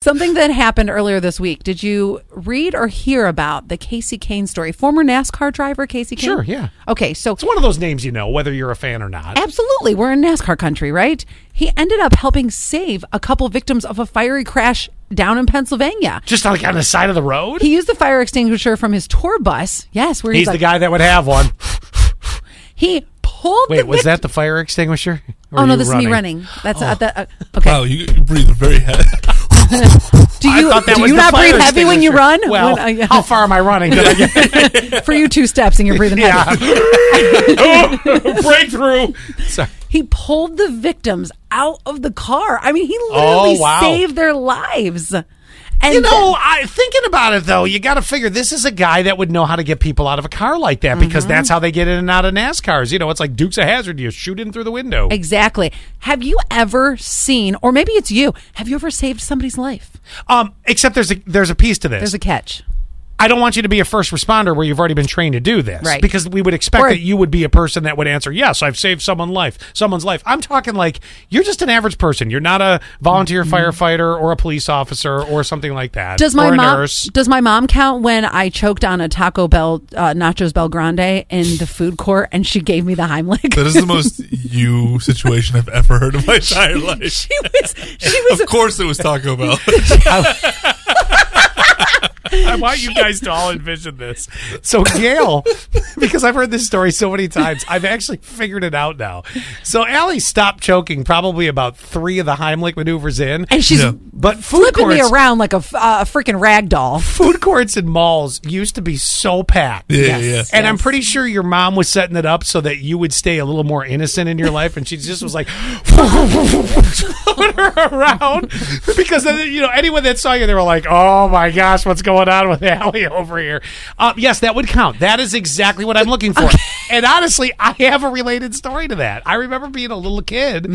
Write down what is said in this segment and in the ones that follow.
Something that happened earlier this week. Did you read or hear about the Casey Kane story? Former NASCAR driver Casey Kane. Sure, yeah. Okay, so It's one of those names you know, whether you're a fan or not. Absolutely. We're in NASCAR country, right? He ended up helping save a couple victims of a fiery crash down in Pennsylvania. Just like on the side of the road. He used the fire extinguisher from his tour bus. Yes, where he's, He's the like, guy that would have one. He pulled. Wait, the was vic- that the fire extinguisher? Or Oh are no, you Oh. this is me running. That's uh, that, uh, okay. Wow, Oh, you, you breathe very heavy. do you I thought that do was you the not fire breathe heavy when you run? extinguisher. Well, When, uh, yeah. how far am I running? Did I get- for you two steps and you're breathing heavy. yeah. Breakthrough. Sorry. He pulled the victims out of the car. I mean, he Oh, literally wow. saved their lives. And You know, I thinking about it though, you got to figure this is a guy that would know how to get people out of a car like that because Mm-hmm. that's how they get in and out of NASCARs. You know, it's like Dukes of Hazard. You shoot in through the window. Exactly. Have you ever seen, or maybe it's you, have you ever saved somebody's life? Um, except there's a there's a piece to this. There's a catch. I don't want you to be a first responder where you've already been trained to do this, Right. Because we would expect Or- that you would be a person that would answer, "Yes, I've saved someone life, someone's life." I'm talking like you're just an average person. You're not a volunteer firefighter or a police officer or something like that. Mm-hmm. Does my or a mom nurse. does my mom count when I choked on a Taco Bell uh, nachos Bel Grande in the food court and she gave me the Heimlich? That is the most you situation I've ever heard in my entire life. she was she was of course, it was Taco Bell. I want you guys to all envision this. So Gail, because I've heard this story so many times, I've actually figured it out now. So Allie stopped choking probably about three of the Heimlich maneuvers in, and she's Yeah. but food flipping me courts- around like a f- uh, a freaking rag doll. food courts and malls used to be so packed. Yeah, Yes, yeah. And I'm yes. pretty sure your mom was setting it up so that you would stay a little more innocent in your life, and she just was like throwing her around because then, you know anyone that saw you, they were like, "Oh my gosh, what's going on with Allie over here?" Uh, yes, that would count. That is exactly what I'm looking for. And honestly, I have a related story to that. I remember being a little kid,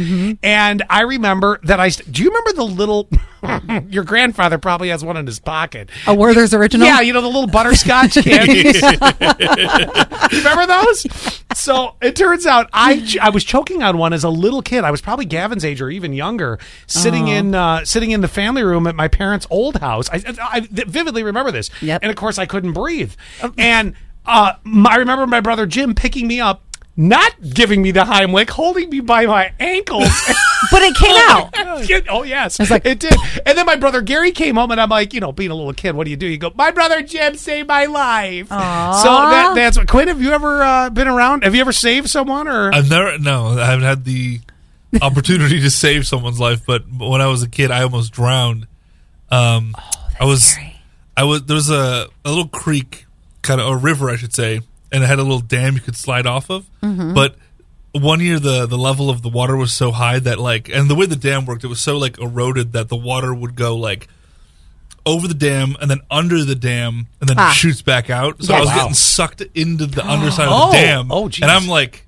and I remember that I. St- Do you remember the little? your grandfather probably has one in his pocket. A Werther's original. Yeah, you know the little butterscotch candies. Remember those? So it turns out I ch- I was choking on one as a little kid. I was probably Gavin's age or even younger, sitting in uh, sitting in the family room at my parents' old house. I, I vividly remember this. Yep. And of course, I couldn't breathe. And uh, my, I remember my brother Jim picking me up. Not giving me the Heimlich, holding me by my ankles but it came out. Yeah, oh yes, like- it did. And then my brother Gary came home, and I'm like, you know, being a little kid, what do you do? You go, my brother Jim saved my life. So that, that's what. Quinn, have you ever uh, been around? Have you ever saved someone? Or I've never, no, I haven't had the opportunity to save someone's life. But when I was a kid, I almost drowned. Um, I was, I was. There was a a little creek, kind of a river, I should say, and it had a little dam you could slide off of. But one year, the the level of the water was so high that like, and the way the dam worked, it was so like eroded that the water would go like. Over the dam and then under the dam and then Ah. shoots back out. So I Yes. was Wow. getting sucked into the underside Oh. of the dam. Oh, geez. and I'm like,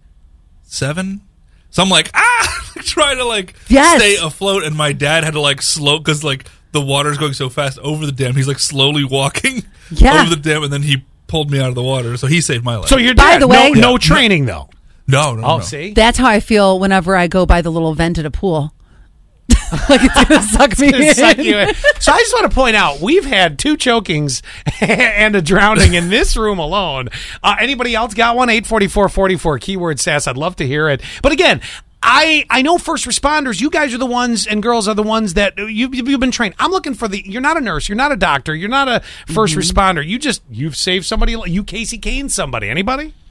seven. So I'm like, ah, trying to like Yes. stay afloat. And my dad had to like slow because like the water's going so fast over the dam. He's like slowly walking Yeah. over the dam, and then he pulled me out of the water. So he saved my life. so you're By dead. the way- no, no training though. no, no, Oh, no. see, That's how I feel whenever I go by the little vent at a pool. like it's gonna suck me in. It's like you- so I just want to point out we've had two chokings and a drowning in this room alone. Uh, anybody else got one? 844-44 keyword sass. I'd love to hear it. But again. I, I know first responders. You guys are the ones and girls are the ones that you've, you've been trained. I'm looking for the. You're not a nurse. You're not a doctor. You're not a 1st responder. You just you've saved somebody. You Casey Kane somebody. Anybody?